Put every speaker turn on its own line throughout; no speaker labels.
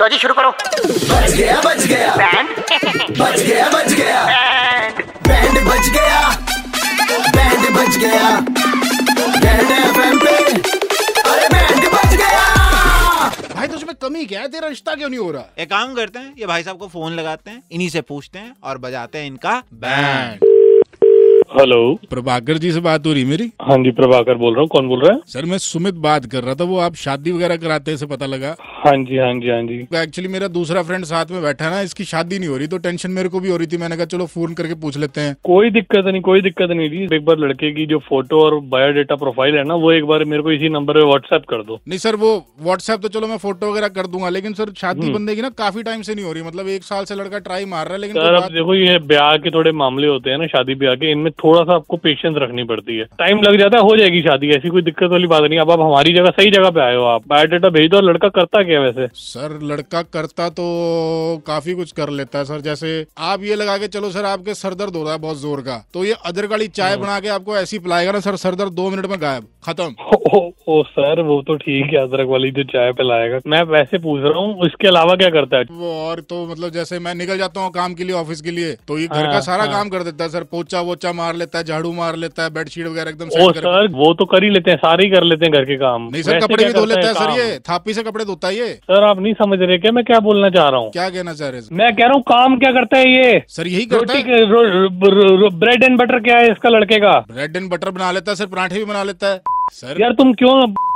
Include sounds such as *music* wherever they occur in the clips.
लो जी शुरू करो
बच गया बच गया
बैंड
बच गया बच गया
बैंड
बैंड बच गया बैंड बच गया बैंड एफएम पे अरे बैंड बच गया
भाई तुझमें कमी क्या है तेरा रिश्ता क्यों नहीं हो रहा
एक काम करते हैं ये भाई साहब को फोन लगाते हैं इन्हीं से पूछते हैं और बजाते हैं इनका बैंड
हेलो
प्रभाकर जी से बात हो रही मेरी
हाँ जी प्रभाकर बोल रहा हूँ कौन बोल रहा है
सर मैं सुमित बात कर रहा था वो आप शादी वगैरह कराते हैं से पता लगा
हाँ जी हाँ जी हाँ जी
एक्चुअली मेरा दूसरा फ्रेंड साथ में बैठा ना इसकी शादी नहीं हो रही तो टेंशन मेरे को भी हो रही थी मैंने कहा चलो फोन करके पूछ लेते हैं
कोई दिक्कत नहीं कोई दिक्कत नहीं जी एक बार लड़के की जो फोटो और बायोडेटा प्रोफाइल है ना वो एक बार मेरे को इसी नंबर पे व्हाट्सएप कर दो
नहीं सर वो व्हाट्सएप तो चलो मैं फोटो वगैरह कर दूंगा लेकिन सर
हम्म।
शादी बंदे की ना काफी टाइम से नहीं हो रही मतलब एक साल से लड़का ट्राई मार रहा है लेकिन
सर
कोई
अब
बात-
देखो ये ब्याह के थोड़े मामले होते हैं ना शादी ब्याह के इनमें थोड़ा सा आपको पेशेंस रखनी पड़ती है टाइम लग जाता है हो जाएगी शादी ऐसी कोई दिक्कत वाली बात नहीं अब आप हमारी जगह सही जगह पे आए हो आप बायोडेटा भेज दो और लड़का करता क्या है वैसे
सर लड़का करता तो काफी कुछ कर लेता है सर जैसे आप ये लगा के चलो सर आपके सर दर्द हो रहा है बहुत जोर का तो ये अदर वाली
हाँ।
चाय बना के आपको ऐसी पिलाएगा ना सर सर दर्द दो मिनट में गायब खत्म
ओ, ओ, ओ सर वो तो ठीक है अदरक वाली जो चाय पिलाएगा मैं वैसे पूछ रहा हूँ इसके अलावा क्या करता है
वो और तो मतलब जैसे मैं निकल जाता हूँ काम के लिए ऑफिस के लिए तो ये घर का
हाँ,
सारा
हाँ।
काम कर देता है सर पोचा वोचा मार लेता है झाड़ू मार लेता है बेडशीट वगैरह एकदम
ओ
सेट कर
सर वो तो कर ही लेते हैं सारे ही कर लेते हैं घर के काम
नहीं सर
वैसे
कपड़े भी
क्या
धो
करता
लेता है सर
काम?
ये थापी से कपड़े धोता है ये
सर आप नहीं समझ रहे क्या मैं क्या बोलना चाह रहा हूँ
क्या कहना चाह रहे हैं सर?
मैं कह रहा हूँ काम क्या करता है ये
सर यही करता
रोटी
है
के रो, रो, रो, ब्रेड एंड बटर क्या है इसका लड़के का
ब्रेड एंड बटर बना लेता है सर पराठे भी बना लेता है सर
यार तुम क्यों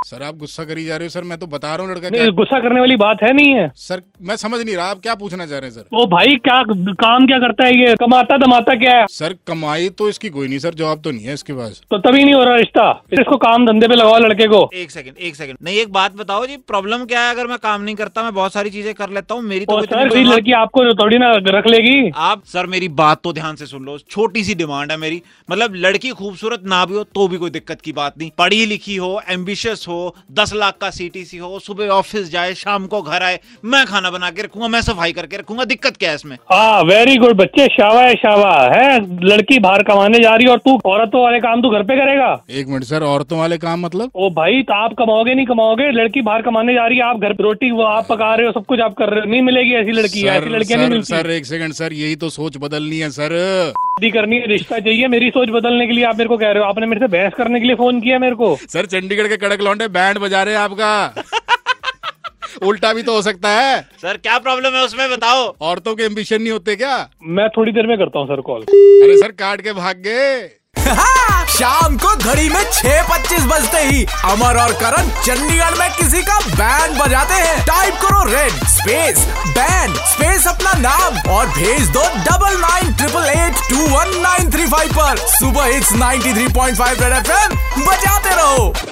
सर आप गुस्सा करी जा रहे हो सर मैं तो बता रहा हूँ लड़का क्या
नहीं, गुस्सा करने वाली बात है नहीं है
सर मैं समझ नहीं रहा आप क्या पूछना चाह रहे हैं सर
ओ भाई क्या काम क्या करता है ये कमाता दमाता क्या है
सर कमाई तो इसकी कोई नहीं सर जॉब तो नहीं है इसके पास
तो तभी नहीं हो रहा रिश्ता इसको काम धंधे पे लगाओ लड़के को
तो
एक सेकंड एक सेकंड नहीं एक बात बताओ जी प्रॉब्लम क्या है अगर मैं काम नहीं करता मैं बहुत सारी चीजें कर लेता हूँ मेरी तो
ओ
इतनी
सर कोई
डिमांड-
लड़की आपको तो थोड़ी ना रख लेगी
आप सर मेरी बात तो ध्यान से सुन लो छोटी सी डिमांड है मेरी मतलब लड़की खूबसूरत ना भी हो तो भी कोई दिक्कत की बात नहीं पढ़ी लिखी हो एम्बिशियस हो दस लाख का सीटीसी हो सुबह ऑफिस जाए शाम को घर आए मैं खाना बना के रखूंगा मैं सफाई करके रखूंगा दिक्कत क्या है इसमें
हाँ वेरी गुड बच्चे शावा है शावा है लड़की बाहर कमाने जा रही है और तू औरतों वाले काम तू घर पे करेगा
एक मिनट सर औरतों वाले काम मतलब
ओ भाई तो आप कमाओगे नहीं कमाओगे लड़की बाहर कमाने जा रही है आप घर पे रोटी वो आप पका रहे हो सब कुछ आप कर रहे हो नहीं मिलेगी ऐसी लड़की ऐसी
सर
लड़कियां नहीं
सर,
मिलती
सर एक सेकंड सर यही तो सोच बदलनी है सर
शादी करनी है रिश्ता चाहिए मेरी सोच बदलने के लिए आप मेरे को कह रहे हो आपने मेरे से बहस करने के लिए फोन किया मेरे को
सर चंडीगढ़ के कड़क लौंडे बैंड बजा रहे हैं
*laughs*
आपका उल्टा भी तो हो सकता है
सर क्या प्रॉब्लम है उसमें बताओ
औरतों के एम्बिशन नहीं होते क्या
मैं थोड़ी देर में करता हूँ सर कॉल
अरे सर काट के भाग गए
*laughs* शाम को घड़ी में छह पच्चीस बजते ही अमर और करण चंडीगढ़ में किसी का बैंड बजाते हैं टाइप करो रेड स्पेस बैंड स्पेस अपना नाम और भेज दो double nine triple eight two one nine three five पर सुबह it's 93.5 three point five red F बजाते रहो